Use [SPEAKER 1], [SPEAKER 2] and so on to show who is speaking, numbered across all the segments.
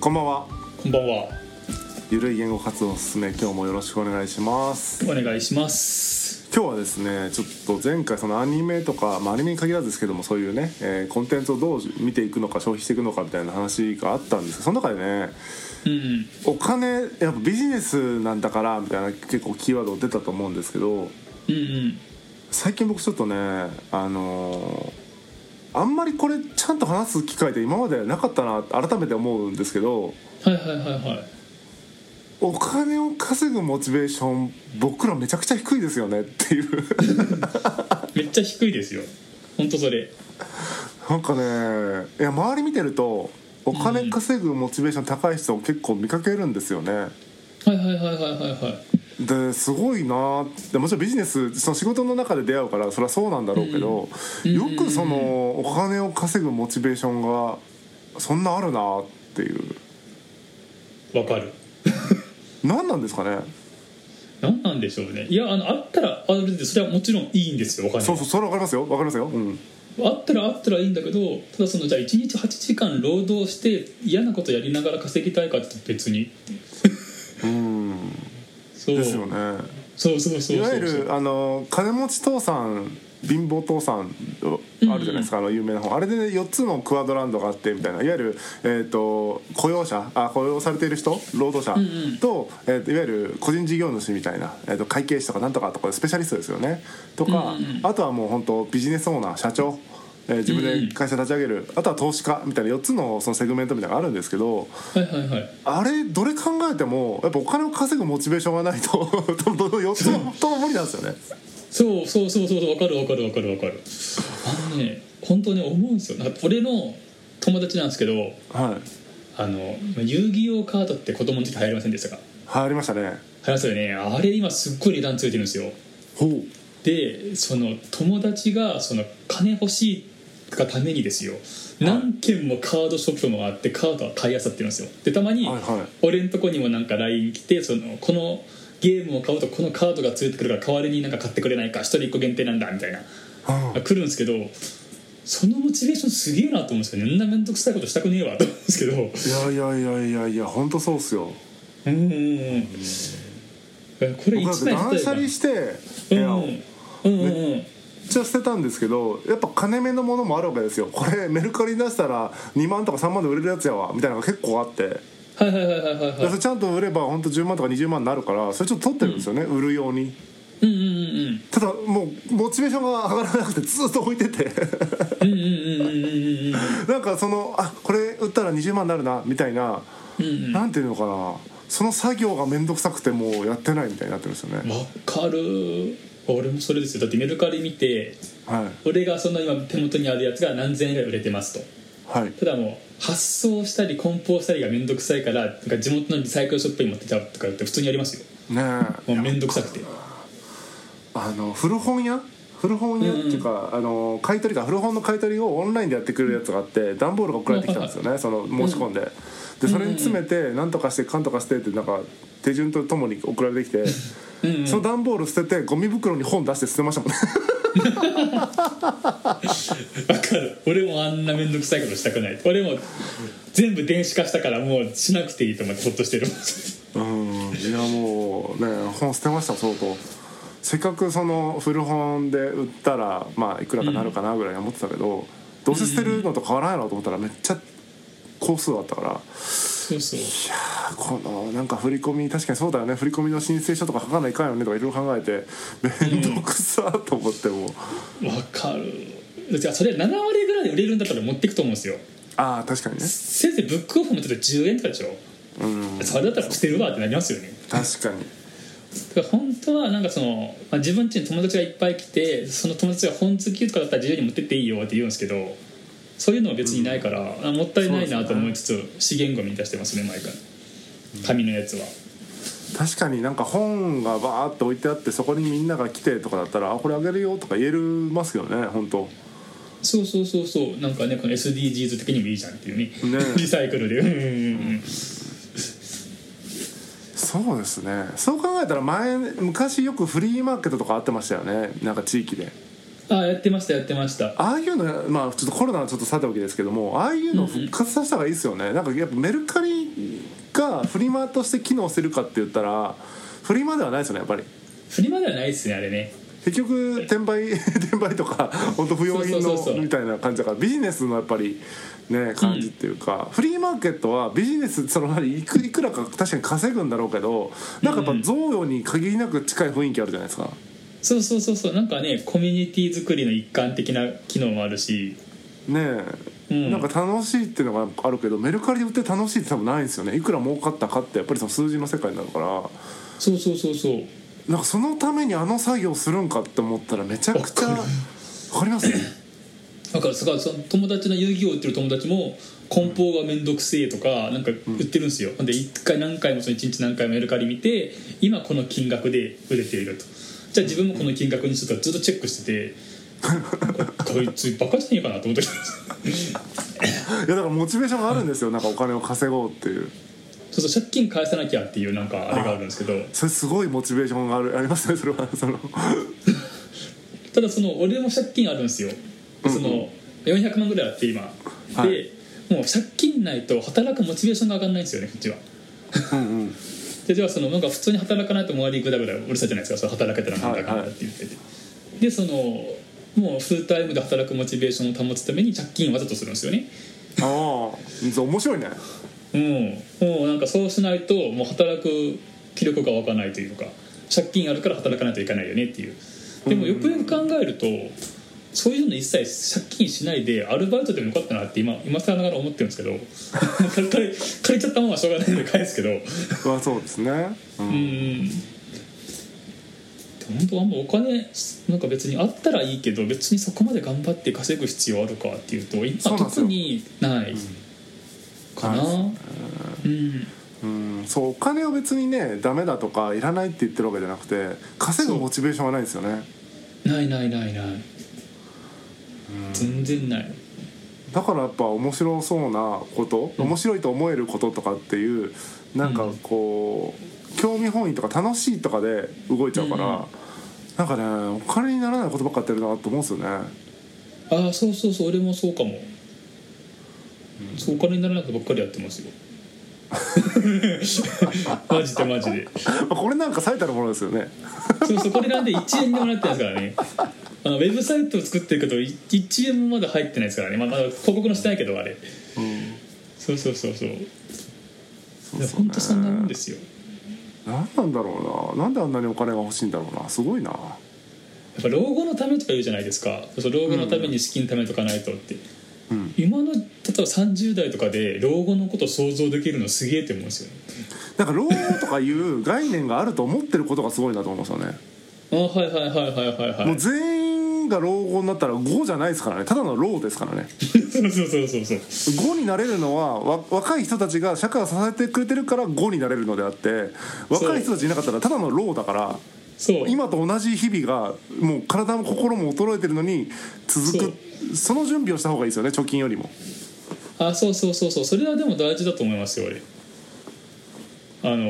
[SPEAKER 1] こんばんは
[SPEAKER 2] こんばんは。
[SPEAKER 1] ゆるい言語活動を進め今日もよろしくお願いします
[SPEAKER 2] お願いします。
[SPEAKER 1] 今日はですねちょっと前回そのアニメとか、まあ、アニメに限らずですけどもそういうね、えーコンテンツをどう見ていくのか消費していくのかみたいな話があったんですその中でね
[SPEAKER 2] うん。
[SPEAKER 1] お金やっぱビジネスなんだからみたいな結構キーワード出たと思うんですけど
[SPEAKER 2] うんうん。
[SPEAKER 1] 最近僕ちょっとねあのーあんまりこれちゃんと話す機会って今までなかったなって改めて思うんですけど
[SPEAKER 2] はいはいはいはい。
[SPEAKER 1] お金を稼ぐモチベーション僕らめちゃくちゃ低いですよねっていう
[SPEAKER 2] めっちゃ低いですよ。ほんとそれ。
[SPEAKER 1] なんかねいや周り見てるとお金稼ぐモチベーション高い人を結構見かけるんですよね
[SPEAKER 2] はいはいはいはいはいは
[SPEAKER 1] ですごいなってもちろんビジネスその仕事の中で出会うからそれはそうなんだろうけど、
[SPEAKER 2] うん
[SPEAKER 1] よくそのお金を稼ぐモチベーションがそんなあるなっていう
[SPEAKER 2] い。わかる。
[SPEAKER 1] 何なんですかね
[SPEAKER 2] なんなんでしょうね。いや、あの、あったらあるで、それはもちろんいいんですよ、お金は。
[SPEAKER 1] そうそうそれわかりますよわかりますよ、うん、
[SPEAKER 2] あったらあったらいいんだけど、ただその、じゃあ1日8時間労働して嫌なことやりながら稼ぎたいかって言うと別に。
[SPEAKER 1] うん、
[SPEAKER 2] そう。
[SPEAKER 1] ですよね
[SPEAKER 2] そうそうそうそう。
[SPEAKER 1] いわゆるあの金持ち父さん貧乏父さんあるじゃないですか、あの有名な本あれで、ね、4つのクアドランドがあってみたいないわゆる、えー、と雇用者あ雇用されている人労働者
[SPEAKER 2] んうん
[SPEAKER 1] と,、えーといわゆる個人事業主みたいな、えー、と会計士とかなんとかとかスペシャリストですよねとか、
[SPEAKER 2] うんうん
[SPEAKER 1] あとはもう本当ビジネスオーナー社長、えー自分で会社立ち上げる、あとは投資家みたいな4つのそのセグメントみたいなのがあるんですけど
[SPEAKER 2] はいはいはい。
[SPEAKER 1] あれどれ考えてもやっぱお金を稼ぐモチベーションがないと どの4つとも無理なんですよね。
[SPEAKER 2] そうそうそうそうそうわかるわかるわかるわかるあのね本当ね思うんですよなんか俺の友達なんですけど
[SPEAKER 1] はい
[SPEAKER 2] あの遊戯王カードって子供の時流行りませんでしたか
[SPEAKER 1] 入りましたね
[SPEAKER 2] 流行りますよねあれ今すっごい値段ついてるんですよ
[SPEAKER 1] ほう
[SPEAKER 2] でその友達がその金欲しいがためにですよ何軒もカードショップもあってカードは買い漁ってるんですよでたまに
[SPEAKER 1] はいはい
[SPEAKER 2] 俺んとこにもなんか LINE 来てそのこのゲームを買うとこのカードがついてくるから代わりになんか買ってくれないか1人1個限定なんだみたいな
[SPEAKER 1] は
[SPEAKER 2] あ来るんですけどそのモチベーションすげえなと思うんですよねんな面倒くさいことしたくねえわと思うんですけど
[SPEAKER 1] あいやいやいやいやいや本当そうっすよ
[SPEAKER 2] うんうんうんえこれ
[SPEAKER 1] 僕
[SPEAKER 2] 一
[SPEAKER 1] だって
[SPEAKER 2] 枚
[SPEAKER 1] 断捨離
[SPEAKER 2] 例
[SPEAKER 1] して部
[SPEAKER 2] え
[SPEAKER 1] 屋
[SPEAKER 2] ば
[SPEAKER 1] を
[SPEAKER 2] うん
[SPEAKER 1] めっ
[SPEAKER 2] うんうんうん
[SPEAKER 1] ちゃ捨てたんですけどやっぱ金目のものもあるわけですよこれメルカリに出したら2万とか3万で売れるやつやわみたいなのが結構あって、
[SPEAKER 2] はいはいはいはいはい
[SPEAKER 1] でそ
[SPEAKER 2] はい
[SPEAKER 1] れちゃんと売れば本当10万とか20万になるからそれちょっと取ってるんですよね、売るように
[SPEAKER 2] うんうんうん
[SPEAKER 1] ただもうモチベーションが上がらなくてずっと置いてて
[SPEAKER 2] うんうんうんうんうんうんうん
[SPEAKER 1] なんかそのあこれ売ったら20万になるなみたいな
[SPEAKER 2] うん
[SPEAKER 1] なんていうのかなその作業が面倒くさくてもうやってないみたいになってるんですよね、
[SPEAKER 2] わかる俺もそれですよだってメルカリ見て
[SPEAKER 1] は
[SPEAKER 2] 俺がその今手元にあるやつが何千円ぐらい売れてますと
[SPEAKER 1] いはい
[SPEAKER 2] ただもう発送したり梱包したりが面倒くさいからなんか地元のリサイクルショップに持ってっちゃうとかって普通にやりますよ
[SPEAKER 1] ねえ
[SPEAKER 2] もう面倒くさくて
[SPEAKER 1] あの古本屋古本屋っていうか、あの買い取りか古本の買い取りをオンラインでやってくれるやつがあって段ボールが送られてきたんですよねその申し込んで、でそれに詰めて何とかしてかんとかしてってなんか手順とともに送られてきて、
[SPEAKER 2] うんうん
[SPEAKER 1] その段ボール捨ててゴミ袋に本出して捨てましたもんね
[SPEAKER 2] わかる俺もあんな面倒くさいことしたくない俺も全部電子化したからもうしなくていいと思ってほっとしてる
[SPEAKER 1] うんいやもうね本捨てました相当せっかくその古本で売ったらまあいくらかなるかなぐらい思ってたけど、どうせ捨てるのと変わらないなと思ったらめっちゃ工数あったから
[SPEAKER 2] そうそう
[SPEAKER 1] あこのなんか振り込み確かにそうだよね振り込みの申請書とか書かないかんよねとかいろいろ考えて面倒くさーと思ってもう
[SPEAKER 2] わかるじゃあそれ7割ぐらいで売れるんだったら持っていくと思うんですよ
[SPEAKER 1] ああ確かにね
[SPEAKER 2] せいぜいブックオフもちょっと10円とかでしょ
[SPEAKER 1] うん
[SPEAKER 2] それだったら捨てるわってなりますよね
[SPEAKER 1] 確かに
[SPEAKER 2] だから本当はなんかその、まあ、自分家に友達がいっぱい来てその友達が本好きとかだったら自由に持ってっていいよって言うんですけどそういうのは別にないから、あもったいないなと思いつつ、資源ゴミに出してますね毎回紙のやつは
[SPEAKER 1] 確かになんか本がバーって置いてあってそこにみんなが来てとかだったら「あこれあげるよ」とか言えるますけどね本当
[SPEAKER 2] そうそうそうそうなんかねこの SDGs 的にもいいじゃんっていうね
[SPEAKER 1] ね
[SPEAKER 2] リサイクルでうんうんうん
[SPEAKER 1] そうですねそう考えたら前昔よくフリーマーケットとかあってましたよねなんか地域で
[SPEAKER 2] あやってましたやってました
[SPEAKER 1] ああいうのまあちょっとコロナはちょっとさておきですけどもああいうのを復活させた方がいいですよね、なんかやっぱメルカリがフリマとして機能してるかって言ったらフリマではないですよねやっぱり
[SPEAKER 2] フリマではないですねあれね
[SPEAKER 1] 結局転売 転売とか本当不要品
[SPEAKER 2] そうそうそうそう
[SPEAKER 1] のみたいな感じだからビジネスのやっぱりね感じっていうか、フリーマーケットはビジネスその何いくいくらか確かに稼ぐんだろうけどなんかやっぱ贈与に限りなく近い雰囲気あるじゃないですか。
[SPEAKER 2] そうそうそうそうなんかねコミュニティ作りの一環的な機能もあるし
[SPEAKER 1] ねえ、
[SPEAKER 2] うん
[SPEAKER 1] なんか楽しいっていうのがあるけどメルカリで売って楽しいって多分ないんですよねいくら儲かったかってやっぱりその数字の世界になるから
[SPEAKER 2] そうそうそうそう
[SPEAKER 1] なんかそのためにあの作業するんかって思ったらめちゃくちゃ
[SPEAKER 2] わ
[SPEAKER 1] わ
[SPEAKER 2] か
[SPEAKER 1] かります
[SPEAKER 2] だからすごいその友達の遊戯王売ってる友達も梱包が面倒くせえとかなんか売ってるんですよ、で1回何回もその1日何回もメルカリ見て今この金額で売れているとじゃあ自分もこの金額にちょっとずっとチェック しててこいつバカじゃねえかなと思ってた
[SPEAKER 1] いやだからモチベーションがあるんですよなんかお金を稼ごうっていう
[SPEAKER 2] そうそう借金返さなきゃっていうなんかあれがあるんですけど
[SPEAKER 1] それすごいモチベーションがあるありますねそれはそ の
[SPEAKER 2] ただその俺も借金あるんですよその400万ぐらいあって今、
[SPEAKER 1] はい
[SPEAKER 2] でもう借金ないと働くモチベーションが上がらないんですよねこっちは
[SPEAKER 1] うんうん
[SPEAKER 2] でじゃあそのなんか普通に働かないと周りグダグダうるさいじゃないですかその働けたらなんだかんだって言ってて、でそのもうフルタイムで働くモチベーションを保つために借金をわざとするんですよね
[SPEAKER 1] ああそう面白いね
[SPEAKER 2] うんもうなんかそうしないともう働く気力が湧かないというか借金あるから働かないといかないよねっていうでもよくよく考えるとそういうの一切借金しないでアルバイトでもよかったなって今今更ながら思ってるんですけど 借り借りちゃったもんはしょうがないので返すけど
[SPEAKER 1] まあそうですね、うん
[SPEAKER 2] うん本当あんまお金なんか別にあったらいいけど別にそこまで頑張って稼ぐ必要あるかっていうと
[SPEAKER 1] そう
[SPEAKER 2] 今
[SPEAKER 1] なんです
[SPEAKER 2] 特
[SPEAKER 1] よ
[SPEAKER 2] にないかな
[SPEAKER 1] は
[SPEAKER 2] うん
[SPEAKER 1] うん、そうお金を別にねダメだとかいらないって言ってるわけじゃなくて稼ぐモチベーションはないんですよね
[SPEAKER 2] ないないないない全然ない
[SPEAKER 1] だからやっぱ面白そうなこと、面白いと思えることとかっていうなんかこう、興味本位とか楽しいとかで動いちゃうから、
[SPEAKER 2] うん
[SPEAKER 1] なんかねお金にならないことばっかやってるなと思うん ですよね
[SPEAKER 2] ああそうそうそう俺もそうかもそうお金にならないことばっかりやってますよ マジでマジで
[SPEAKER 1] まあこれなんか最たるものですよね
[SPEAKER 2] そうそうこれなんで1円でもらってないですからねあのウェブサイトを作ってるけどい1円もまだ入ってないですからね、まあ、まだ広告のしてないけどあれそうそうそうそう
[SPEAKER 1] そう
[SPEAKER 2] いや
[SPEAKER 1] そう
[SPEAKER 2] 本
[SPEAKER 1] ね
[SPEAKER 2] 当そんなもんですよ
[SPEAKER 1] 何なんだろうななんであんなにお金が欲しいんだろうなすごいな
[SPEAKER 2] やっぱ老後のためとか言うじゃないですかそう老後のために資金貯めとかないとって、
[SPEAKER 1] うん
[SPEAKER 2] 今の例えば30代とかで老後のこと想像できるのすげえって思うんですよね
[SPEAKER 1] なんか老後とかいう概念があると思ってることがすごいなと思いますよね、
[SPEAKER 2] あはいはいはいはいはいは
[SPEAKER 1] も
[SPEAKER 2] いう
[SPEAKER 1] 全員が老後になったら5じゃないですからねただの老ですからね
[SPEAKER 2] そうそうそうそうそう
[SPEAKER 1] 5になれるのはわ若い人たちが社会を支えてくれてるから5になれるのであって若い人たちいなかったらただの老だから
[SPEAKER 2] そう
[SPEAKER 1] 今と同じ日々がもう体も心も衰えてるのに続くその準備をした方がいいですよね貯金よりも
[SPEAKER 2] あそうそうそうそうそれはでも大事だと思いますよ俺あの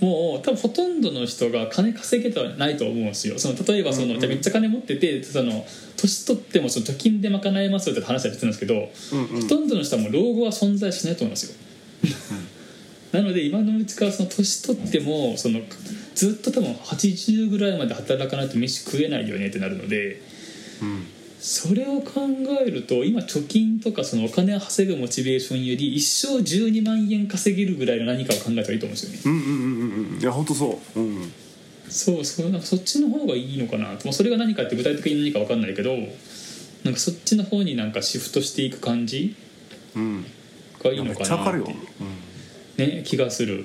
[SPEAKER 2] もう多分ほとんどの人が金稼げてはないと思うんですよその例えばその、じゃあめっちゃ金持っててその年取ってもその貯金で賄えますよって話は別なんですけど、ほとんどの人はもう老後は存在しないと思い ますよなので今のうちからその年取ってもそのずっと多分80ぐらいまで働かないと飯食えないよねってなるので、それを考えると今貯金とかそのお金を稼ぐモチベーションより一生12万円稼げるぐらいの何かを考えたらいいと思うんですよね
[SPEAKER 1] うんうんうんうんうんいや本当そううん
[SPEAKER 2] そうそうなんかそっちの方がいいのかなとまあそれが何かって具体的に何か分かんないけどなんかそっちの方になんかシフトしていく感じ
[SPEAKER 1] うん
[SPEAKER 2] が
[SPEAKER 1] い
[SPEAKER 2] いい
[SPEAKER 1] やめ
[SPEAKER 2] の
[SPEAKER 1] っ
[SPEAKER 2] か
[SPEAKER 1] ちゃわ
[SPEAKER 2] な
[SPEAKER 1] か
[SPEAKER 2] っ
[SPEAKER 1] る
[SPEAKER 2] て
[SPEAKER 1] よ、
[SPEAKER 2] いう
[SPEAKER 1] うん
[SPEAKER 2] ね気がする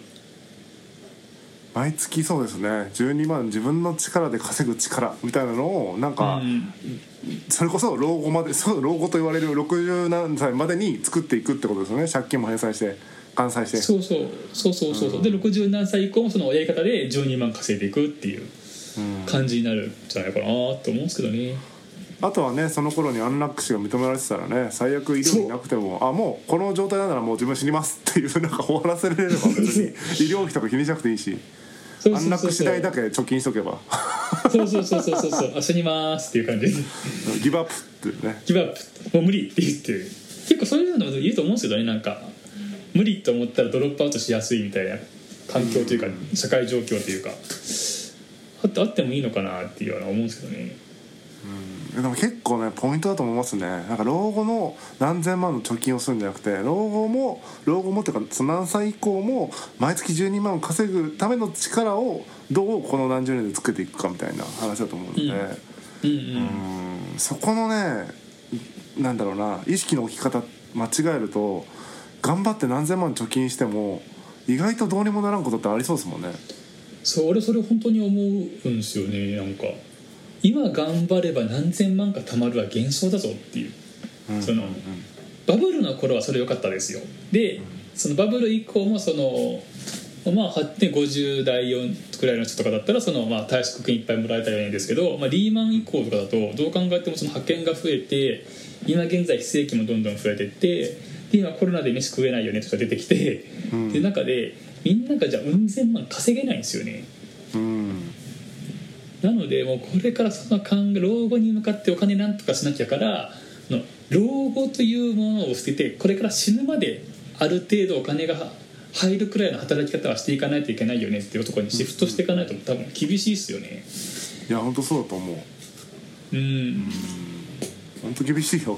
[SPEAKER 1] 毎月そうですね12万自分の力で稼ぐ力みたいなのをなんか、
[SPEAKER 2] うん
[SPEAKER 1] それこそ老後までそう老後と言われる60何歳までに作っていくってことですよね借金も返済して完済して
[SPEAKER 2] そうそうそうそうそうそうで60何歳以降もそのやり方で12万稼いでいくっていう感じになるんじゃないかなと思うんですけどね
[SPEAKER 1] あとはねその頃に安楽死が認められてたらね最悪医療費なくてもあもうこの状態なんならもう自分死にますっていうなんか終わらせら れれば別に医療費とか気にしなくていいし
[SPEAKER 2] そうそうそうそう
[SPEAKER 1] 安楽死代だけ貯金しとけば
[SPEAKER 2] そうそうそうそうそうそうあ死にますっていう感じで
[SPEAKER 1] ギブアップっていうね
[SPEAKER 2] ギブアップもう無理って言って結構そういうのいると思うんですけどねなんか無理と思ったらドロップアウトしやすいみたいな環境というか、社会状況というかあってあってもいいのかなっていうのは思うんですけどね
[SPEAKER 1] でも結構ねポイントだと思いますねなんか老後の何千万の貯金をするんじゃなくて老後も老後もっていうかその何歳以降も毎月12万を稼ぐための力をどうこの何十年でつけていくかみたいな話だと思うんで、
[SPEAKER 2] うんうんうん
[SPEAKER 1] うんそこのねなんだろうな意識の置き方間違えると頑張って何千万貯金しても意外とどうにもならんことってありそうですもんね
[SPEAKER 2] そう俺それ本当に思うんですよねなんか今頑張れば何千万か貯まるは幻想だぞっていう、そのバブルの頃はそれ良かったですよでそのバブル以降もそのまあ8点50代4くらいの人とかだったらそのまあ退職金いっぱいもらえたらいいんですけど、まあ、リーマン以降とかだとどう考えてもその派遣が増えて今現在非正規もどんどん増えてってで今コロナで飯食えないよねとか出てきて、
[SPEAKER 1] うん
[SPEAKER 2] で中でみんながじゃあうん千万稼げないんですよね。
[SPEAKER 1] うん
[SPEAKER 2] なのでもうこれからその考え老後に向かってお金なんとかしなきゃからあの老後というものを捨ててこれから死ぬまである程度お金が入るくらいの働き方はしていかないといけないよねっていうところにシフトしていかないと多分厳しいですよね。
[SPEAKER 1] いや本当そうだと思う
[SPEAKER 2] うん、
[SPEAKER 1] 本当厳しいよ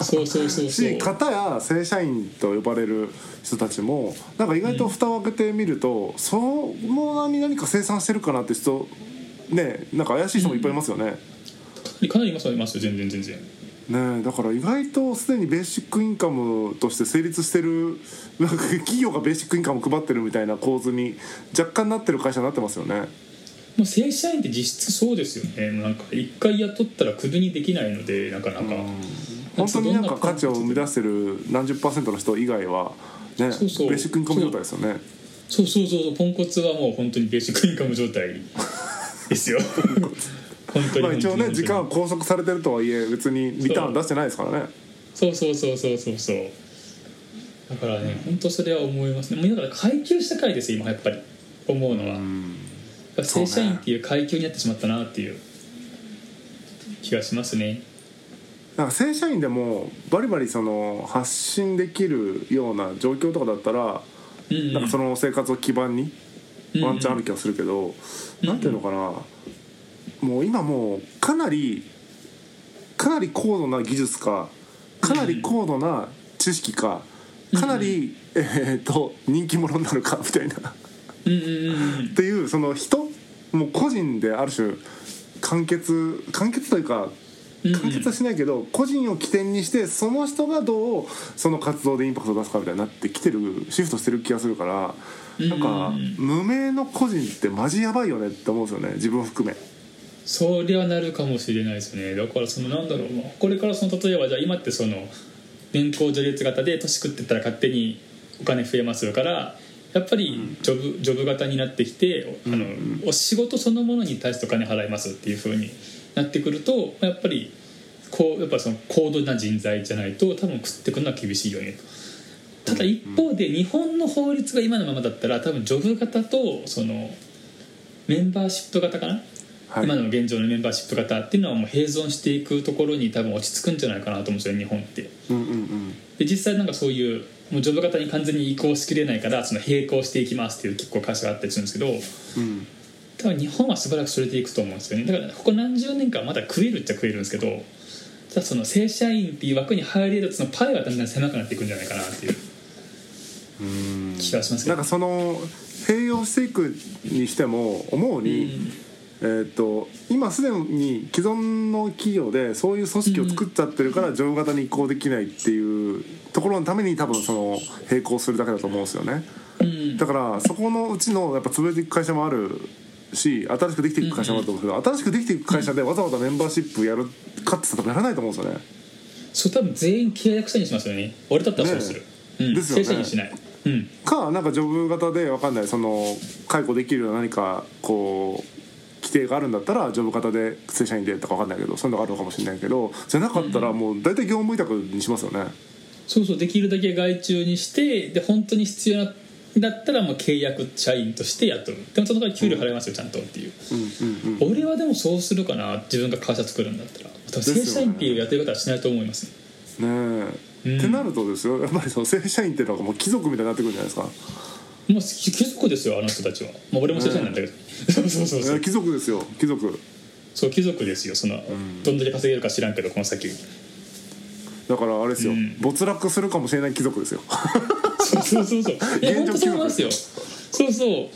[SPEAKER 2] そうそうそうそう。
[SPEAKER 1] し片や正社員と呼ばれる人たちもなんか意外と蓋を開けてみると、そのなに何か生産してるかなって人ねなんか怪しい人もいっぱいいますよね、
[SPEAKER 2] かなりいますいます全然全然。
[SPEAKER 1] ねえだから意外とすでにベーシックインカムとして成立してるなんか企業がベーシックインカム配ってるみたいな構図に若干なってる会社になってますよね
[SPEAKER 2] もう正社員って実質そうですよね。もうなんか一回雇ったらクビにできないのでなかなか。
[SPEAKER 1] 本当になんか価値を生み出してる何十パーセントの人以外はね
[SPEAKER 2] そうそう
[SPEAKER 1] ベーシックインカム状態ですよね
[SPEAKER 2] そうそうそうそうポンコツはもう本当にベーシックインカム状態ですよ本当に
[SPEAKER 1] まあ一応
[SPEAKER 2] 本当
[SPEAKER 1] ね
[SPEAKER 2] に
[SPEAKER 1] 時間は拘束されてるとはいえ別にリターン出してないですからね
[SPEAKER 2] そうそうそうそうそうそうだからね本当それは思いますねもうだから階級社会ですよ今やっぱり思うのは、正社員っていう階級になってしまったなっていう気がしますね
[SPEAKER 1] なんか正社員でもバリバリその発信できるような状況とかだったら
[SPEAKER 2] うんうん
[SPEAKER 1] なんかその生活を基盤にワンチャンある気がするけど、なんていうのかな、もう今もうかなりかなり高度な技術かかなり高度な知識かかなり、えーっと人気者になるかみたいなっ
[SPEAKER 2] うんうんうんうん
[SPEAKER 1] ていうその人もう個人である種完結完結というか
[SPEAKER 2] うん
[SPEAKER 1] 完結はしないけど、個人を起点にしてその人がどうその活動でインパクトを出すかみたいになってきてるシフトしてる気がするからなんか
[SPEAKER 2] うんうんうん
[SPEAKER 1] 無名の個人ってマジやばいよねって思うんですよね自分含め。
[SPEAKER 2] そりゃなるかもしれないですねだからそのなんだろうまあこれからその例えばじゃあ今ってその年功序列型で年食ってったら勝手にお金増えますからやっぱりジョブ,、ジョブ型になってきてあの、お仕事そのものに対してお金払いますっていうふうになってくるとやっぱりこうやっぱその高度な人材じゃないと多分食ってくるのは厳しいよねと。ただ一方で日本の法律が今のままだったら多分ジョブ型とそのメンバーシップ型かな
[SPEAKER 1] はい
[SPEAKER 2] 今の現状のメンバーシップ型っていうのはもう併存していくところに多分落ち着くんじゃないかなと思うんですよね日本って。
[SPEAKER 1] うんうんうん
[SPEAKER 2] で実際なんかそういうもうジョブ型に完全に移行しきれないからその並行していきますっていう結構会社があったりするんですけど
[SPEAKER 1] うん
[SPEAKER 2] 多分日本はしばらくそれでいくと思うんですよねだからここ何十年間まだ食えるっちゃ食えるんですけどただその正社員っていう枠に入れるそのパイはだんだん狭くなっていくんじゃないかなっていう気がしますけ
[SPEAKER 1] なん
[SPEAKER 2] ど。
[SPEAKER 1] かその併用していくにしても思うに、えーっと今すでに既存の企業でそういう組織を作っちゃってるから上型に移行できないっていうところのために多分その並行するだけだと思うんですよね。
[SPEAKER 2] うん
[SPEAKER 1] だからそこのうちのやっぱ潰れていく会社もあるし新しくできていく会社もあると思うんですけど新しくできていく会社でわざわざメンバーシップやるかって言ったら多分やらないと思うんですよね。
[SPEAKER 2] そう多分全員契約者にしますよね俺だったらそうする、
[SPEAKER 1] ね
[SPEAKER 2] うん、
[SPEAKER 1] ですよね
[SPEAKER 2] 正社員にしない、うん、
[SPEAKER 1] かなんかジョブ型でわかんないその解雇できるような何かこう規定があるんだったらジョブ型で正社員でとかわかんないけどそういうのがあるのかもしれないけどじゃなかったらもう大体業務委託にしますよね。
[SPEAKER 2] そうそうできるだけ外注にしてで本当に必要なだったらもう契約社員として雇うでもその代わり給料払いますよちゃんとっていう、
[SPEAKER 1] うんうんうん
[SPEAKER 2] 俺はでもそうするかな自分が会社作るんだったら多分
[SPEAKER 1] すよね
[SPEAKER 2] 正社員っていうやってる方はしないと思いますね
[SPEAKER 1] ねえ、
[SPEAKER 2] うん
[SPEAKER 1] ってなるとですよやっぱりその正社員っていうのがもう貴族みたいになってくるんじゃないですか
[SPEAKER 2] もう貴族ですよあの人たちは、まあ、俺も正社員なんだけど、 そうそうそうそ
[SPEAKER 1] いうや貴族ですよ貴族
[SPEAKER 2] そう貴族ですよその、
[SPEAKER 1] ん
[SPEAKER 2] どんだけ稼げるか知らんけどこの先
[SPEAKER 1] だからあれですよ、
[SPEAKER 2] うん
[SPEAKER 1] 没落するかもしれない貴族ですよ
[SPEAKER 2] そうそうそうそういや
[SPEAKER 1] 現
[SPEAKER 2] 本
[SPEAKER 1] 状
[SPEAKER 2] 当
[SPEAKER 1] 貴族
[SPEAKER 2] そう思いますよそうそう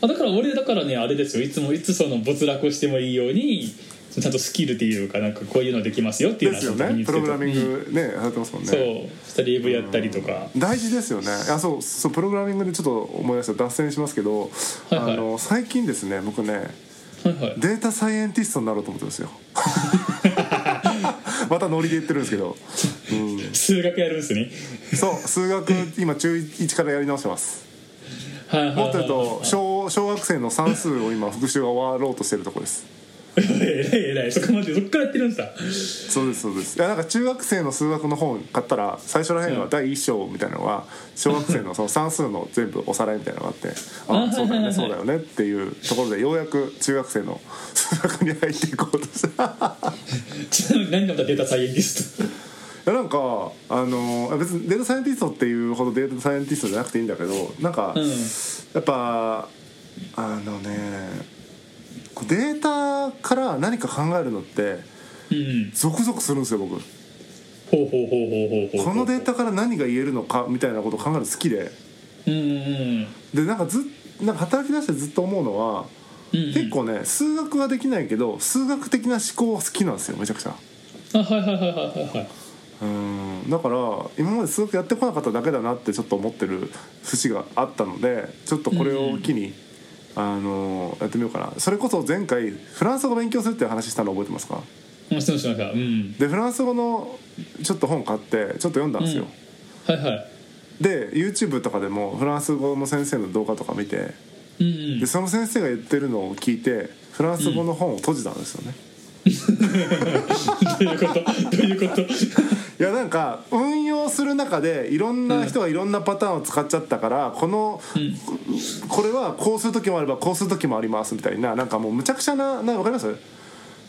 [SPEAKER 2] あだから俺だからねあれですよいつもいつその没落してもいいようにちゃんとスキルっていうかなんかこういうのできますよっていう
[SPEAKER 1] で
[SPEAKER 2] のは
[SPEAKER 1] すよ
[SPEAKER 2] ちゃんと身
[SPEAKER 1] ね
[SPEAKER 2] につ
[SPEAKER 1] プ
[SPEAKER 2] けて
[SPEAKER 1] ログラミングねやってますもんね
[SPEAKER 2] そうスタリーブやったりとか、
[SPEAKER 1] 大事ですよねあそうそうプログラミングでちょっと思い出した脱線しますけど、
[SPEAKER 2] はいはい
[SPEAKER 1] あの最近ですね僕ね
[SPEAKER 2] はいはい
[SPEAKER 1] データサイエンティストになろうと思ってるん ですよまたノリで言ってるんですけど、う
[SPEAKER 2] 数学やるんですね
[SPEAKER 1] ん、そう数学今中1からやり直してます
[SPEAKER 2] はいはい
[SPEAKER 1] も
[SPEAKER 2] は
[SPEAKER 1] っ
[SPEAKER 2] い
[SPEAKER 1] と言うと
[SPEAKER 2] はい
[SPEAKER 1] 小小学生の算数を今復習が終わろうとしてるとこです
[SPEAKER 2] えらいえらいそこまでそっからやってるんさ
[SPEAKER 1] そうですそうですいやなんか中学生の数学の本買ったら最初らへん
[SPEAKER 2] う
[SPEAKER 1] は
[SPEAKER 2] ん
[SPEAKER 1] 第一章みたいなのは小学生のその算数の全部おさらいみたいなのがあってあ
[SPEAKER 2] あ
[SPEAKER 1] そうだよね
[SPEAKER 2] はいはいはい
[SPEAKER 1] そうだよねっていうところでようやく中学生の数学に入っていこうとした
[SPEAKER 2] ちなみに何がまたデータサイエンティスト
[SPEAKER 1] いやなんかあの別にデータサイエンティストっていうほどデータサイエンティストじゃなくていいんだけどなんか、
[SPEAKER 2] うん
[SPEAKER 1] やっぱあのねこうデータから何か考えるのって
[SPEAKER 2] うん
[SPEAKER 1] ゾクゾクするんですよ僕
[SPEAKER 2] ほうほうほうほうほうほ
[SPEAKER 1] こ
[SPEAKER 2] う
[SPEAKER 1] のデータから何が言えるのかみたいなことを考えるの好きで
[SPEAKER 2] うんうんうん
[SPEAKER 1] でなんかずっなんか働き出してずっと思うのは
[SPEAKER 2] うんうん
[SPEAKER 1] 結構ね数学はできないけど数学的な思考は好きなんですよめちゃくちゃ
[SPEAKER 2] あはいはいはいはいはいはい
[SPEAKER 1] うんだから今まで数学やってこなかっただけだなってちょっと思ってる節があったのでちょっとこれを機に、あのやってみようかなそれこそ前回フランス語勉強するっていう話したの覚えてますか
[SPEAKER 2] もう質問しましたうん
[SPEAKER 1] でフランス語のちょっと本買ってちょっと読んだんですよ、
[SPEAKER 2] はいはい
[SPEAKER 1] で YouTube とかでもフランス語の先生の動画とか見て
[SPEAKER 2] うんう
[SPEAKER 1] で
[SPEAKER 2] ん
[SPEAKER 1] その先生が言ってるのを聞いてフランス語の本を閉じたんですよね、
[SPEAKER 2] どういうことどういうこと
[SPEAKER 1] いやなんか運用する中でいろんな人がいろんなパターンを使っちゃったから、この、ここれはこうする時もあればこうする時もありますみたいななんかもうむちゃくちゃななわかります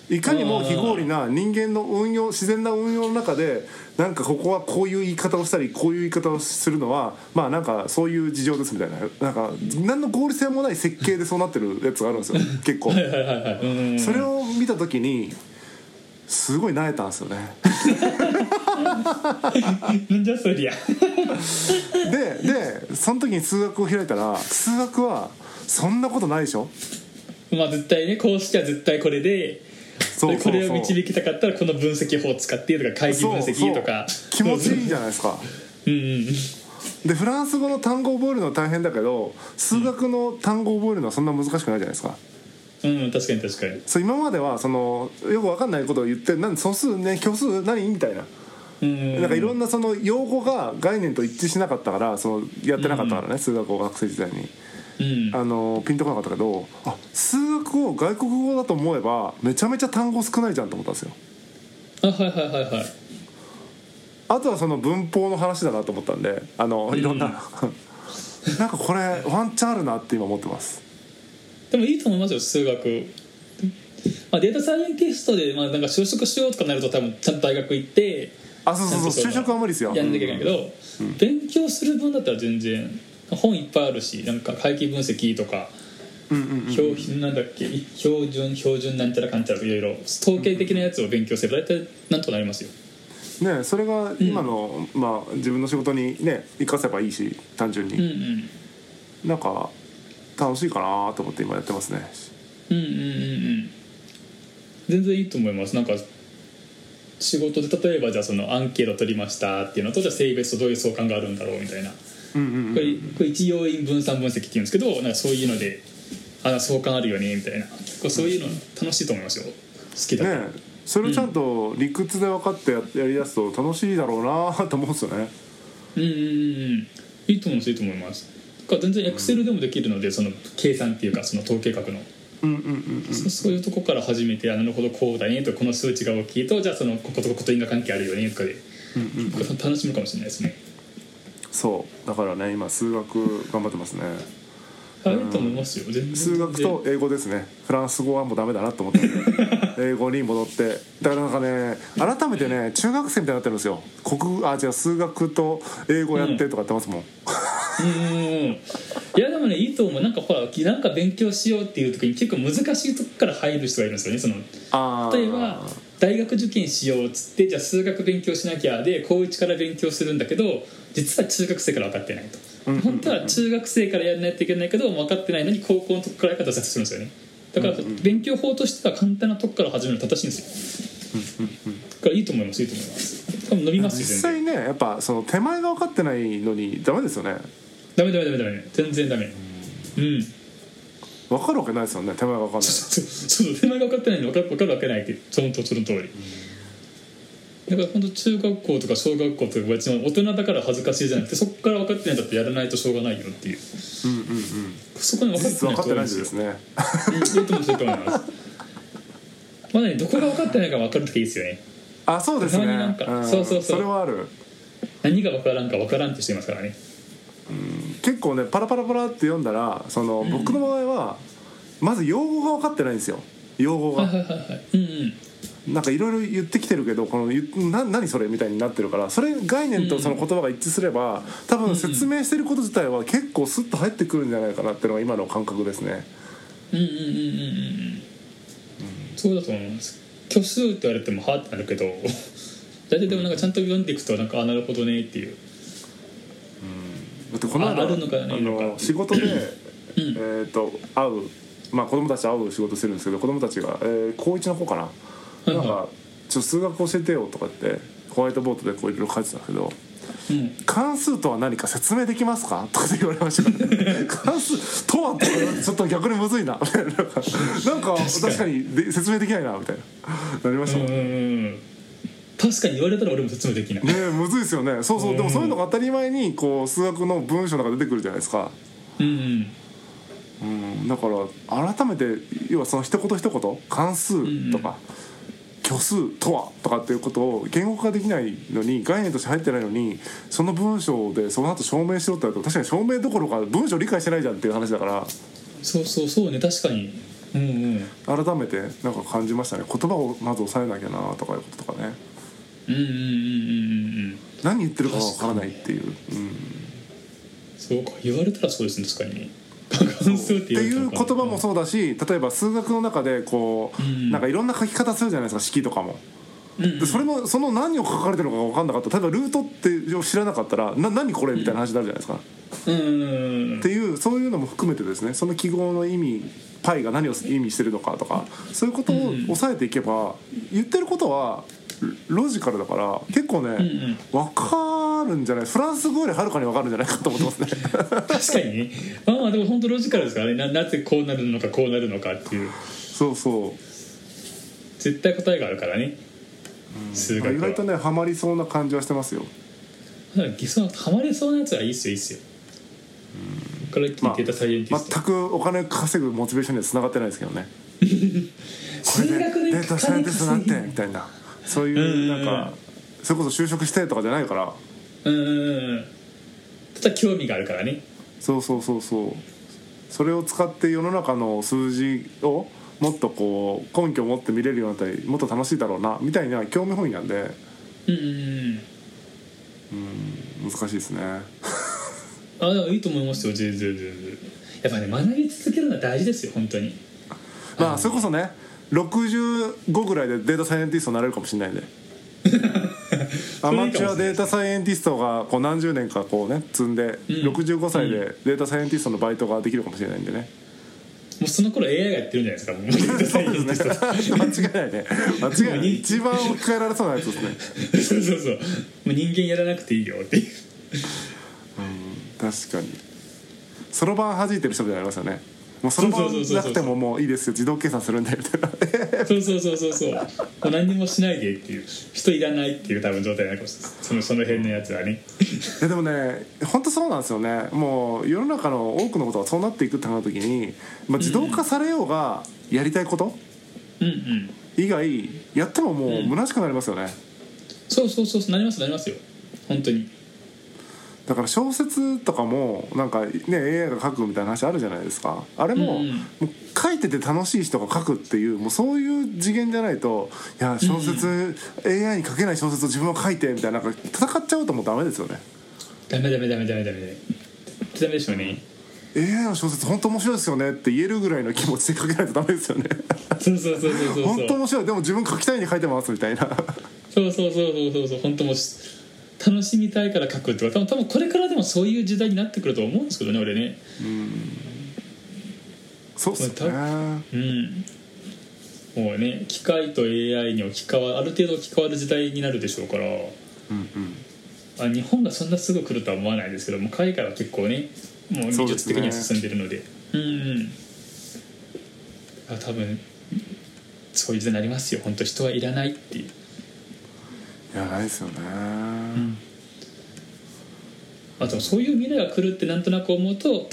[SPEAKER 1] いかにも非合理な人間の運用自然な運用の中でなんかここはこういう言い方をしたりこういう言い方をするのはまあなんかそういう事情ですみたいななんか何の合理性もない設計でそうなってるやつがあるん ですよ結構
[SPEAKER 2] はいはいはいはいうんうん
[SPEAKER 1] それを見た時にすごい萎えたんですよね。
[SPEAKER 2] なんじゃそりゃ
[SPEAKER 1] ででその時に数学を開いたら数学はそんなことないでしょ
[SPEAKER 2] まあ絶対ねこうしては絶対これで
[SPEAKER 1] そうそうそう
[SPEAKER 2] でこれを導きたかったらこの分析法を使ってとか会議分析とか
[SPEAKER 1] そうそう気持ちいいじゃないですか
[SPEAKER 2] うんうん
[SPEAKER 1] でフランス語の単語を覚えるのは大変だけど数学の単語を覚えるのはそんな難しくないじゃないですか
[SPEAKER 2] うん、確かに確かに。
[SPEAKER 1] そう今まではそのよく分かんないことを言ってなん素数ね虚数何みたいな
[SPEAKER 2] うん、
[SPEAKER 1] なんかいろんなその用語が概念と一致しなかったからそのやってなかったからね数学を学生時代に
[SPEAKER 2] うん、
[SPEAKER 1] あのピンとこなかったけどあ数学を外国語だと思えばめちゃめちゃ単語少ないじゃんと思ったんですよ
[SPEAKER 2] あ、はいはいはいはい。
[SPEAKER 1] あとはその文法の話だなと思ったんであのいろんな、 なんかこれワンチャンあるなって今思ってます
[SPEAKER 2] でもいいと思いますよ、数学。まあ、データサイエンティストで、まあ、なんか就職しようとかなると、多分ちゃんと大学行って。
[SPEAKER 1] あそうそうそう就
[SPEAKER 2] ちゃんと
[SPEAKER 1] 職は無理ですよ
[SPEAKER 2] やんなきゃいけないけど、勉強する分だったら全然。本いっぱいあるし、なんか会計分析とか。
[SPEAKER 1] うんうんうん
[SPEAKER 2] 標なんだっけ標準標準なんちゃらかんちゃらといろいろ統計的なやつを勉強すれば大体なんとかなりますよ
[SPEAKER 1] ねそれが今の、まあ、自分の仕事にね生かせばいいし単純
[SPEAKER 2] うんう
[SPEAKER 1] に、
[SPEAKER 2] ん
[SPEAKER 1] なんか楽しいかなと思って今やってますね
[SPEAKER 2] うんうんうんうん全然いいと思いますなんか仕事で例えばじゃあそのアンケート取りましたっていうのとじゃあ性別とどういう相関があるんだろうみたいなこ
[SPEAKER 1] うんうんうん
[SPEAKER 2] れこれ一要因分散分析っていうんですけどなんかそういうのであ相関あるよねみたいな結構そういうの楽しいと思いますよ好きだと、
[SPEAKER 1] ねそれをちゃんと理屈で分かってややりだすと楽しいだろうなと思うんですよね
[SPEAKER 2] うんうんうんうんいいと思いますいいと思いますだから全然エクセルでもできるのでその計算っていうかその統計学の
[SPEAKER 1] うんうんうん
[SPEAKER 2] そそういうとこから始めてあなるほどこうだねとこの数値が大きいとじゃあそのこことここと因果関係あるよねとかで、
[SPEAKER 1] うんうん
[SPEAKER 2] 楽しむかもしれないですね
[SPEAKER 1] そうだからね今数学頑張ってますね
[SPEAKER 2] 早いと思いますよ、全然
[SPEAKER 1] 数学と英語ですねフランス語はもうダメだなと思って英語に戻ってだからなんかね改めてね中学生みたいになってるんですよ国語あ違う数学と英語やってとかやってますもん、
[SPEAKER 2] うんいやでもねいいと思うなんかほらなんか勉強しようっていう時に結構難しいとこから入る人がいるんですよねその
[SPEAKER 1] あー
[SPEAKER 2] 例えば大学受験しようっつってじゃあ数学勉強しなきゃで高1から勉強するんだけど実は中学生から分かってないと、
[SPEAKER 1] うんうんうん
[SPEAKER 2] 本当は中学生からやらないといけないけど分かってないのに高校のとこからやり方を挫折するんですよねだから勉強法としては簡単なとこから始めるの正しいんですよだからいいと思いますいいと思います多分伸びますよ全
[SPEAKER 1] 実
[SPEAKER 2] 然
[SPEAKER 1] 際ねやっぱその手前が分かってないのにダメですよね
[SPEAKER 2] ダメダメダメダメ全然ダメうん
[SPEAKER 1] 分かるわけないですよね手前が分かんない
[SPEAKER 2] そうそう手前が分かってないの分かる分かるわけないってそのとその通りだから本当中学校とか小学校とか別に大人だから恥ずかしいじゃなくてそこから分かってないんだってやらないとしょうがないよっていう
[SPEAKER 1] うんうんうん
[SPEAKER 2] そこに分かって
[SPEAKER 1] 実分
[SPEAKER 2] ない
[SPEAKER 1] かって
[SPEAKER 2] 人多い
[SPEAKER 1] ない
[SPEAKER 2] んで
[SPEAKER 1] ん
[SPEAKER 2] す
[SPEAKER 1] で
[SPEAKER 2] よ
[SPEAKER 1] すね
[SPEAKER 2] うんいいと思いますいいと思いますまだねどこが分かってないか分かるときいいですよね
[SPEAKER 1] あそうですね
[SPEAKER 2] たまになんか
[SPEAKER 1] ん
[SPEAKER 2] そうそうそう
[SPEAKER 1] れはある
[SPEAKER 2] 何が分からんか分からんって人いますからね
[SPEAKER 1] 結構ねパラパラパラって読んだらその僕の場合はまず用語が分かってないんですよ用語
[SPEAKER 2] はい
[SPEAKER 1] が
[SPEAKER 2] はいはいはいうんうん
[SPEAKER 1] なんか いろいろ言ってきてるけどこのゆな何それみたいになってるからそれ概念とその言葉が一致すれば多分説明してること自体は結構スッと入ってくるんじゃないかなっていうのが今の感覚ですね
[SPEAKER 2] うんうんうんうんうんうんそうだと思います虚数って言われてもはあってなるけど 大体でもなんかちゃんと読んでいくとなんかあなるほどねっていう
[SPEAKER 1] だってこの間
[SPEAKER 2] ああるのかないのか
[SPEAKER 1] あの仕事で、えっと会うまあ子供たちと会う仕事してるんですけど子供たちが、えー高1の子かな、
[SPEAKER 2] はい
[SPEAKER 1] なんかちょっと数学教えてよとかってホワイトボードでこういろいろ書いてたんですけど
[SPEAKER 2] うん
[SPEAKER 1] 関数とは何か説明できますか?」と かって言われましたから ね関数とはちょっと逆にむずいなみ たいななんかなんか確かにで説明できないなみたいななりました
[SPEAKER 2] う
[SPEAKER 1] も
[SPEAKER 2] ん
[SPEAKER 1] んね
[SPEAKER 2] うんうん確かに言われたら俺も説明できない、
[SPEAKER 1] えむずいですよねそうそうでもそういうのが当たり前にこう数学の文章の中で出てくるじゃないですか
[SPEAKER 2] うんうん、
[SPEAKER 1] うんだから改めて要はその一言一言関数とか虚数とはとかっていうことを言語化できないのに概念として入ってないのにその文章でその後証明しろってなると確かに証明どころか文章理解してないじゃんっていう話だから
[SPEAKER 2] そうそうそうね確かにうんうん
[SPEAKER 1] 改めてなんか感じましたね言葉をまず抑えなきゃなとかいうこととかね
[SPEAKER 2] うんうんうんうんうんうん
[SPEAKER 1] 何言ってるかがわからないっていう、うん、
[SPEAKER 2] そうか言われたらそうですね確かにね関数って
[SPEAKER 1] っていう言葉も
[SPEAKER 2] そ
[SPEAKER 1] そうだし例えば数学の中でこう、
[SPEAKER 2] うん
[SPEAKER 1] なんかいろんな書き方するじゃないですか式とかも。
[SPEAKER 2] うんうん
[SPEAKER 1] でそれもその何を書かれてるのかが分かんなかった例えばルートって知らなかったらな何これみたいな話になるじゃないですか、っ
[SPEAKER 2] うんうんうん
[SPEAKER 1] ていうそういうのも含めてですねその記号の意味パイが何を意味してるのかとかそういうことを抑えていけば言ってることはロロジカルだから結構ね分かるんじゃないフランス語よりはるかに分かるんじゃないかと思って ますね
[SPEAKER 2] 確かにねまあまあでも本当ロジカルですからねななぜこうなるのかこうなるのかっていう
[SPEAKER 1] そうそう
[SPEAKER 2] 絶対答えがあるからね数
[SPEAKER 1] だから
[SPEAKER 2] 学
[SPEAKER 1] 意
[SPEAKER 2] は
[SPEAKER 1] 外とねハマりそうな感じはしてますよ
[SPEAKER 2] だからそのハマれそうなやつはいいっすよいいっすよこれ聞いてたサイエンティスト、
[SPEAKER 1] 全くお金稼ぐモチベーションには繋がってないですけどねこれ
[SPEAKER 2] 数学
[SPEAKER 1] で
[SPEAKER 2] で
[SPEAKER 1] データサイエンティストなんてみ
[SPEAKER 2] 金
[SPEAKER 1] たいなそうい
[SPEAKER 2] うん
[SPEAKER 1] う
[SPEAKER 2] うん
[SPEAKER 1] な
[SPEAKER 2] うん
[SPEAKER 1] んかそれこそ就職してとかじゃないから
[SPEAKER 2] 稼ぎうんうんうんただ興味があるからね
[SPEAKER 1] そうそうそうそうそれを使って世の中の数字をもっとこう根拠を持って見れるようになったりもっと楽しいだろうなみたいな興味本位なんで
[SPEAKER 2] うんうん
[SPEAKER 1] うん難しいですね
[SPEAKER 2] うんあでもいいと思いますよ全然全然やっぱね学び続けるのは大事ですよ本当に
[SPEAKER 1] まあそれこそね65ぐらいでデータサイエンティストになれるかもしれないんでアマチュアデータサイエンティストがこう何十年かこうね積んで65歳でデータサイエンティストのバイトができるかもしれないんでね、
[SPEAKER 2] もうその頃 AI がやってるんじゃないですかもうデータサイエンティスト
[SPEAKER 1] 間違いないね間違いない一番置き換えられそうなやつですね
[SPEAKER 2] そうそうそうもう人間やらなくていいよっていう
[SPEAKER 1] 確かにそろばん弾いてる人みたいになりますよねもうそろば
[SPEAKER 2] そうそうそうそ
[SPEAKER 1] んなく
[SPEAKER 2] うそう
[SPEAKER 1] てももういいですよ自動計算するんでみ たいな
[SPEAKER 2] そうそうそうそうそうもう何にもしないでっていう人いらないっていう多分状態になるかもしれないそのその辺のやつはね
[SPEAKER 1] いやでもね本当そうなんですよねもう世の中の多くのことがそうなっていくってなった時に、まあ、自動化されようがやりたいこと
[SPEAKER 2] うんうん
[SPEAKER 1] 以外やってももう虚しくなりますよね、
[SPEAKER 2] そうそうそうそうなりますなりますよ本当に
[SPEAKER 1] だから小説とかもなんかね AI が書くみたいな話あるじゃないですかあれも,、
[SPEAKER 2] うんうん
[SPEAKER 1] もう書いてて楽しい人が書くっていうもうそういう次元じゃないといや小説、AI に書けない小説を自分は書いてみたいななんか戦っちゃうともうダメですよね
[SPEAKER 2] ダメダメダメダメダメダメダメでしょうね
[SPEAKER 1] AI の小説本当面白いですよねって言えるぐらいの気持ちで書けないとダメですよね
[SPEAKER 2] そうそうそうそうそう
[SPEAKER 1] 本当面白いでも自分書きたいに書いてますみたいな
[SPEAKER 2] そうそうそうそうそうそう本当もうし楽しみたいから書くってこと多分多分これからでもそういう時代になってくると思うんですけどね俺ね
[SPEAKER 1] そうっすよね
[SPEAKER 2] うんもうね機械と AI に置き換わある程度置き換わる時代になるでしょうから
[SPEAKER 1] うんうん
[SPEAKER 2] あ日本がそんなすぐ来るとは思わないですけども海外は結構ねもう技術的には進んでるのでう,、んうんあ多分そういう時代になりますよ本当人はいらないっていう
[SPEAKER 1] いやないですよね、
[SPEAKER 2] あとそういう未来が来るってなんとなく思うと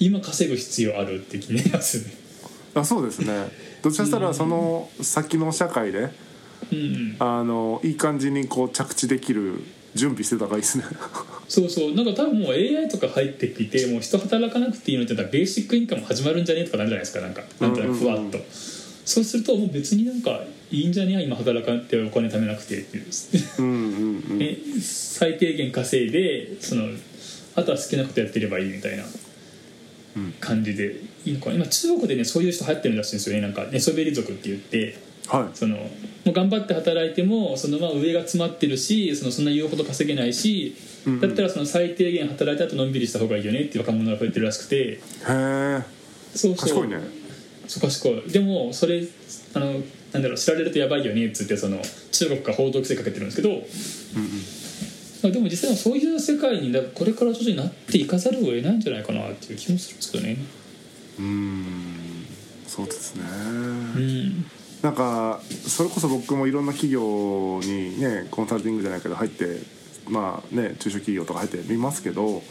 [SPEAKER 2] 今稼ぐ必要あるって気になりますね
[SPEAKER 1] あそうですねどちらかしたらその先の社会で
[SPEAKER 2] うんうん
[SPEAKER 1] あのいい感じにこう着地できる準備してた方がいいですね
[SPEAKER 2] そうそうなんか多分もう AI とか入ってきてもう人働かなくていいのって言ったらベーシックインカム始まるんじゃねえとかなるじゃないですかなんかなんとなくふわっと、
[SPEAKER 1] うんうんう
[SPEAKER 2] そうするともう別になんかいいんじゃねえ今働かなくてお金貯めなくてっていう
[SPEAKER 1] うんうんうん
[SPEAKER 2] ね、最低限稼いでそのあとは好きなことやってればいいみたいな感じでいいのかな今中国でねそういう人流行ってるらしいんですよねなんか寝そべり族って言って
[SPEAKER 1] は
[SPEAKER 2] そのもう頑張って働いてもそのまあ上が詰まってるしそのそんな言うほど稼げないし
[SPEAKER 1] うんうん
[SPEAKER 2] だったらその最低限働いた後のんびりした方がいいよねって若者が増えてるらしくて
[SPEAKER 1] いへえ
[SPEAKER 2] そうそ
[SPEAKER 1] 賢
[SPEAKER 2] う
[SPEAKER 1] いね
[SPEAKER 2] そう賢いでもそれあのなんだろう知られるとやばいよねっつってその中国が報道規制かけてるんですけど
[SPEAKER 1] うんうん
[SPEAKER 2] まあでも実際はそういう世界にだこれから徐々になっていかざるを得ないんじゃないかなっていう気もするんですけどね。
[SPEAKER 1] うーんそうですね
[SPEAKER 2] うん、
[SPEAKER 1] なんかそれこそ僕もいろんな企業にねコンサルティングじゃないけど入ってまあね中小企業とか入ってみますけど、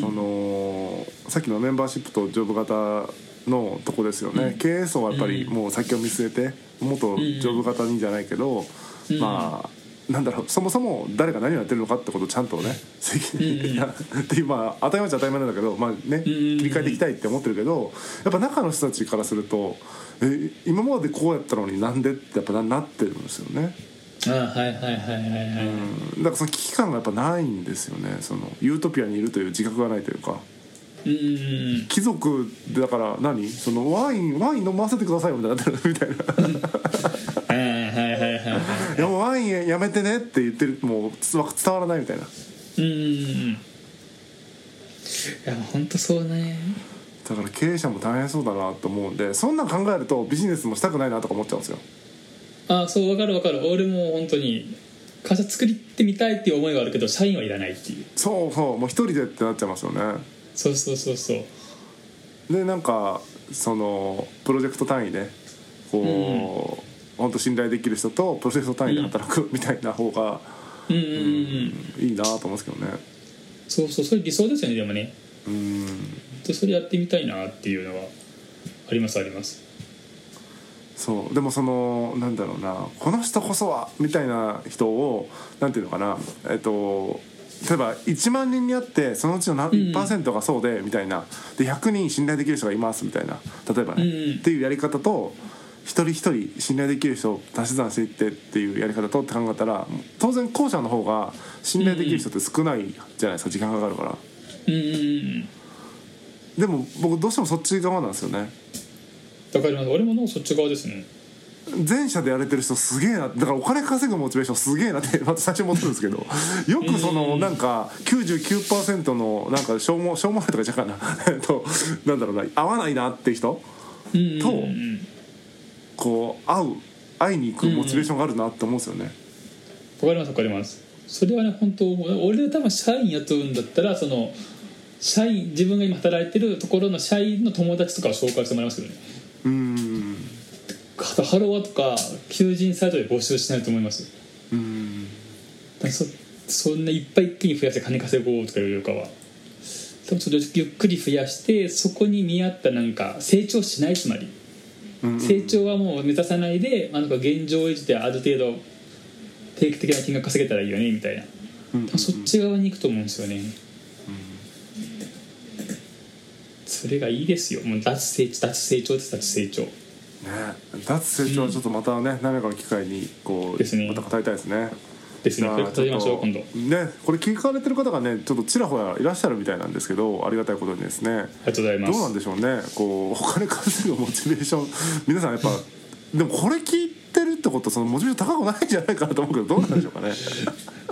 [SPEAKER 1] そのさっきのメンバーシップとジョブ型のとこですよね、経営層はやっぱりもう先を見据えてもっとジョブ型にじゃないけど、
[SPEAKER 2] うん
[SPEAKER 1] まあなんだろうそもそも誰が何をやってるのかってことをちゃんとね責 任
[SPEAKER 2] うん
[SPEAKER 1] やって今当たり前っちゃ当たり前なんだけどまあね
[SPEAKER 2] うん
[SPEAKER 1] 切り替えていきたいって思ってるけどやっぱ中の人たちからするとえ今までこうやったのになんでってやっぱななってるんですよね、
[SPEAKER 2] あはいはいはいはいはい、
[SPEAKER 1] うん、だからその危機感がやっぱないんですよねそのユートピアにいるという自覚がないというか
[SPEAKER 2] うんうん
[SPEAKER 1] 貴族だから何そのワインワイン飲ませてくださいよみたいになってるみたいな
[SPEAKER 2] うんはいはいはいはいはい
[SPEAKER 1] いやもうワインやめてねって言ってるもうつわ伝わらないみたいな
[SPEAKER 2] うんうんうんいや本当そうね
[SPEAKER 1] だから経営者も大変そうだなと思うんでそんなん考えるとビジネスもしたくないなとか思っちゃうんですよ
[SPEAKER 2] あそうわかるわかる俺も本当に会社作ってみたいっていう思いはあるけど社員はいらないっていう
[SPEAKER 1] そうそうもう一人でってなっちゃいますよね
[SPEAKER 2] そうそうそうそう
[SPEAKER 1] でなんかそのプロジェクト単位でこう、ほんと信頼できる人とプロジェクト単位で働くみたいな方が
[SPEAKER 2] うんうんうんうん
[SPEAKER 1] いいなと思うんですけどね
[SPEAKER 2] そうそうそれ理想ですよねでもね
[SPEAKER 1] うん
[SPEAKER 2] 本当それやってみたいなっていうのはありますあります
[SPEAKER 1] そうでもそのなんだろうなこの人こそはみたいな人をなんていうのかなえっと例えば1万人に会ってそのうちの何
[SPEAKER 2] うん
[SPEAKER 1] 1%がそうでみたいなで100人信頼できる人がいますみたいな例えばね、
[SPEAKER 2] うんうん
[SPEAKER 1] っていうやり方と一人一人信頼できる人を足し算していってっていうやり方とって考えたら当然後者の方が信頼できる人って少ないじゃないですか時間かかるから
[SPEAKER 2] うんうんうん
[SPEAKER 1] でも僕どうしてもそっち側なんですよね
[SPEAKER 2] わかります俺も脳そっち側ですね
[SPEAKER 1] 前者でやれてる人すげえなだからお金稼ぐモチベーションすげえなってま た最初に戻るんですけどよくそのなんか99%のなんかしょうもしょうもないとかじゃかな えっとなんだろうな合わないなって人
[SPEAKER 2] うんうんうん
[SPEAKER 1] とこう会う会いに行くモチベーションがあるなって思うんですよね。
[SPEAKER 2] わかりますわかりますそれはね本当思う俺は多分社員雇うんだったらその社員自分が今働いてるところの社員の友達とかを紹介してもらいますけどね
[SPEAKER 1] うーん
[SPEAKER 2] あとハロワとか求人サイトで募集しないと思います
[SPEAKER 1] うーん
[SPEAKER 2] だからそそんないっぱい一気に増やして金稼ごうとかいうよりかは多分それをゆっくり増やしてそこに見合ったなんか成長しないつまり
[SPEAKER 1] うんうん
[SPEAKER 2] 成長はもう目指さないで、まあ、なんか現状維持である程度定期的な金額稼げたらいいよねみたいな、
[SPEAKER 1] うんうん
[SPEAKER 2] そっち側に行くと思うんですよね
[SPEAKER 1] う
[SPEAKER 2] それがいいですよもう脱成長脱成長です脱成長
[SPEAKER 1] ね脱成長はちょっとまたね何かの機会にこう
[SPEAKER 2] ですね
[SPEAKER 1] また語りたいですね
[SPEAKER 2] ですねこれ語りましょう今度
[SPEAKER 1] ねこれ聞かれてる方がねちょっとちらほらいらっしゃるみたいなんですけどありがたいことにですね
[SPEAKER 2] ありがとうござい
[SPEAKER 1] ど
[SPEAKER 2] ま
[SPEAKER 1] う
[SPEAKER 2] す
[SPEAKER 1] なんでしょうねこうお金稼ぐモチベーション 皆さんやっぱでもこれ聞いてるってことはそのモチベーション高くないんじゃないかなと思うけどどうなんでしょうかね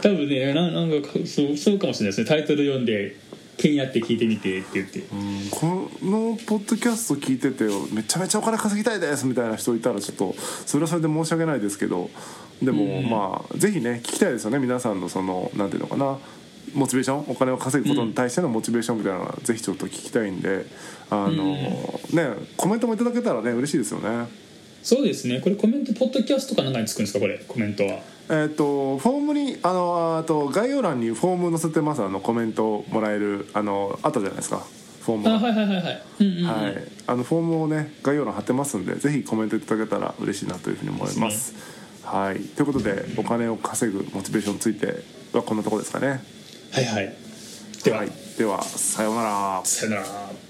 [SPEAKER 2] 多分ねななんかそうそうかもしれないですねタイトル読んで気になって聞いてみてって言って
[SPEAKER 1] うんこのポッドキャスト聞いててめちゃめちゃお金稼ぎたいですみたいな人いたらちょっとそれはそれで申し訳ないですけどでもまあぜひね聞きたいですよね皆さんのそのなんていうのかなモチベーションお金を稼ぐことに対してのモチベーションみたいなのはぜひちょっと聞きたいんであの、ねコメントもいただけたらね嬉しいですよね。
[SPEAKER 2] そうですねこれコメントポッドキャストか何かにつくんですかこれコメントは
[SPEAKER 1] えっとフォームにあのあと概要欄にフォーム載せてますあのコメントもらえるあのあったじゃないですかフォーム
[SPEAKER 2] あ
[SPEAKER 1] が
[SPEAKER 2] はいはいはいはいうんうんうん、
[SPEAKER 1] はい、あのフォームをね概要欄貼ってますんでぜひコメントいただけたら嬉しいなというふうに思います。はい、ということでお金を稼ぐモチベーションについてはこんなところですかね。
[SPEAKER 2] はいはいでは、
[SPEAKER 1] はい、ではさようなら。
[SPEAKER 2] さよなら